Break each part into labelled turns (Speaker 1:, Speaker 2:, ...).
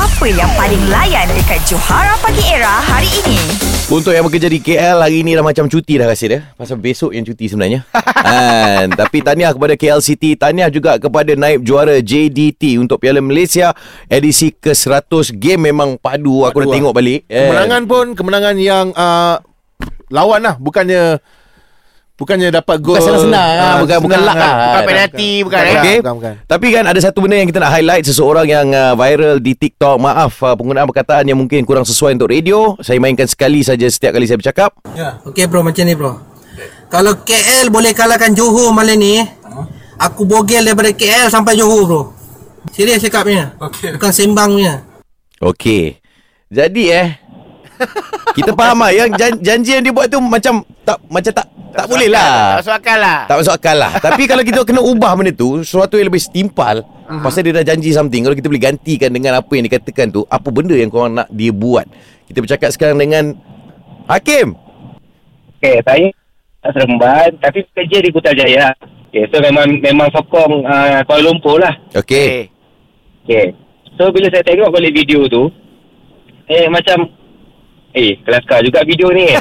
Speaker 1: Apa yang paling layan dekat Johara Pagi Era hari ini?
Speaker 2: Untuk yang bekerja di KL hari ni dah macam cuti dah rasa dia. Pasal besok yang cuti sebenarnya. Kan. Tapi tahniah kepada KL City, tahniah juga kepada naib juara JDT untuk Piala Malaysia edisi ke-100 game memang padu, aku
Speaker 3: Padu
Speaker 2: dah
Speaker 3: lah.
Speaker 2: tengok balik. Eh.
Speaker 3: Kemenangan pun kemenangan yang uh, lawan lah bukannya bukannya dapat
Speaker 2: Bukan
Speaker 3: gol.
Speaker 2: senang-senang lah,
Speaker 3: Ah, Ya.
Speaker 2: bukan- bukan
Speaker 3: senang
Speaker 2: luck lah. Bukan
Speaker 4: penalti, bukan, eh?
Speaker 2: Okay.
Speaker 3: Bukan, bukan.
Speaker 2: Tapi kan ada satu benda yang kita nak highlight seseorang yang uh, viral di TikTok. Maaf uh, penggunaan perkataan yang mungkin kurang sesuai untuk radio. Saya mainkan sekali saja setiap kali saya bercakap.
Speaker 5: Ya. Okey bro macam ni bro. Kalau KL boleh kalahkan Johor malam ni, aku bogel daripada KL sampai Johor bro. Serius cakapnya. Okay. Bukan sembang punya.
Speaker 2: Okey. Jadi eh kita faham lah yang jan- janji yang dia buat tu macam tak macam tak tak, boleh lah.
Speaker 4: Tak masuk akal lah
Speaker 2: Tak masuk akal lah Tapi kalau kita kena ubah benda tu Sesuatu yang lebih setimpal Pasal dia dah janji something Kalau kita boleh gantikan dengan apa yang dikatakan tu Apa benda yang korang nak dia buat Kita bercakap sekarang dengan Hakim
Speaker 6: Okay, saya tak seremban tapi kerja di Kutai Jaya. Okay, so memang memang sokong uh, Kuala Lumpur lah.
Speaker 4: Eh,
Speaker 2: Okay,
Speaker 6: Okay. So bila saya tengok balik video tu, eh macam eh kelakar juga video ni.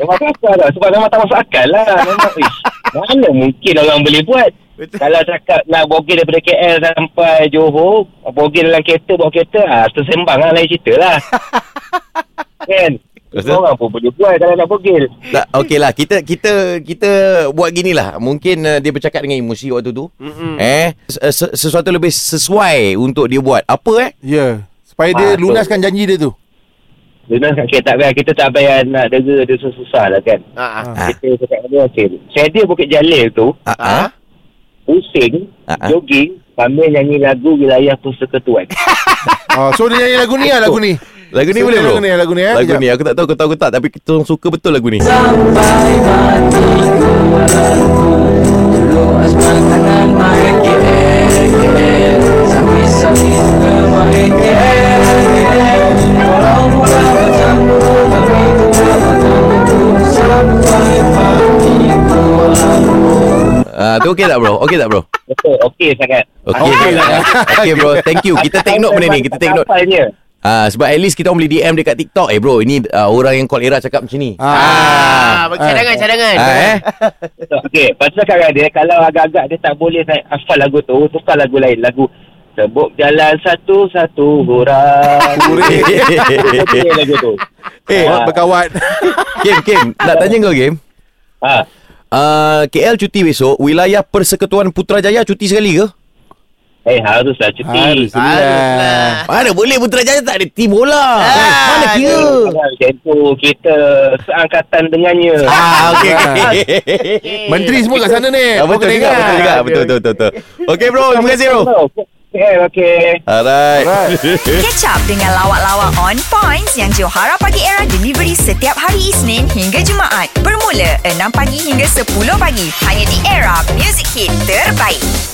Speaker 6: memang kelakar lah sebab memang tak masuk akal lah. Memang, ish, mana mungkin orang boleh buat? Kalau cakap nak bogey daripada KL sampai Johor, bogey dalam kereta, bawa kereta, ah, tersembang lah lain cerita lah. kan?
Speaker 2: Lepas tu?
Speaker 6: Semua orang pun boleh buat kalau nak bogel.
Speaker 2: tak, okay lah Kita kita kita buat gini lah Mungkin uh, dia bercakap dengan emosi waktu tu Mm-mm. Eh se- se- Sesuatu lebih sesuai untuk dia buat Apa eh?
Speaker 3: Ya. Yeah. Supaya dia
Speaker 6: Ah, betul.
Speaker 3: lunaskan janji dia tu.
Speaker 6: Lunas kat kita tak payah Kita tak payah nak dera Dia susah-susah lah kan
Speaker 4: Ah, ah.
Speaker 2: Ah.
Speaker 6: Kita cakap dengan dia okay. Shadow Bukit Jalil tu
Speaker 2: Ah, ah.
Speaker 6: Pusing
Speaker 2: Ah, ah.
Speaker 6: Jogging Sambil nyanyi lagu Wilayah Pusaka Tuan
Speaker 3: Ah, so dia nyanyi lagu ni lah lagu ni.
Speaker 2: Lagu ni
Speaker 3: So,
Speaker 2: boleh bro?
Speaker 3: lagu ni, lagu ni, eh?
Speaker 2: Lagu
Speaker 3: Kejap.
Speaker 2: ni aku tak tahu kau tahu ke tak Tapi kita orang suka betul lagu ni Ah, tu okey tak bro? Okey tak bro?
Speaker 6: Betul Okay sangat
Speaker 2: Okey.
Speaker 3: Okey
Speaker 2: Okay,
Speaker 3: lah.
Speaker 2: okay bro, thank you. Oh, Kita take note benda ni, kita take note.
Speaker 6: Apalnya
Speaker 2: Ah sebab at least kita orang boleh DM dekat TikTok. Eh bro, ini ah, orang yang call era cakap macam ni. Ah,
Speaker 4: Ah, bagi cadangan, cadangan.
Speaker 2: eh.
Speaker 6: Okay Lepas tu cakap dengan dia Kalau agak-agak dia tak boleh Saya hafal lagu tu Tukar lagu lain Lagu Sebut jalan satu-satu Hurang Boleh lagu tu
Speaker 3: Eh,
Speaker 6: Ah.
Speaker 3: berkawat.
Speaker 2: Kim, Kim, nak tanya kau Kim.
Speaker 6: Ha
Speaker 2: Ah KL cuti besok, wilayah Persekutuan Putrajaya cuti sekali ke?
Speaker 6: Eh haruslah cuti Ah,
Speaker 3: Harus lah.
Speaker 2: Mana boleh Putrajaya tak ada tim bola. Eh, Mana kira?
Speaker 6: Macam tu kita seangkatan dengannya.
Speaker 2: Ah, okey okey.
Speaker 3: Menteri semua kat sana ni.
Speaker 2: Ah, betul juga,
Speaker 3: Kau dengar.
Speaker 2: betul juga. Betul betul betul. betul. Okey bro, terima kasih bro.
Speaker 6: Okay, okay.
Speaker 2: Alright.
Speaker 1: Catch up dengan lawak-lawak on points yang Johara Pagi Era delivery setiap hari Isnin hingga Jumaat. Bermula 6 pagi hingga 10 pagi. Hanya di Era Music Hit Terbaik.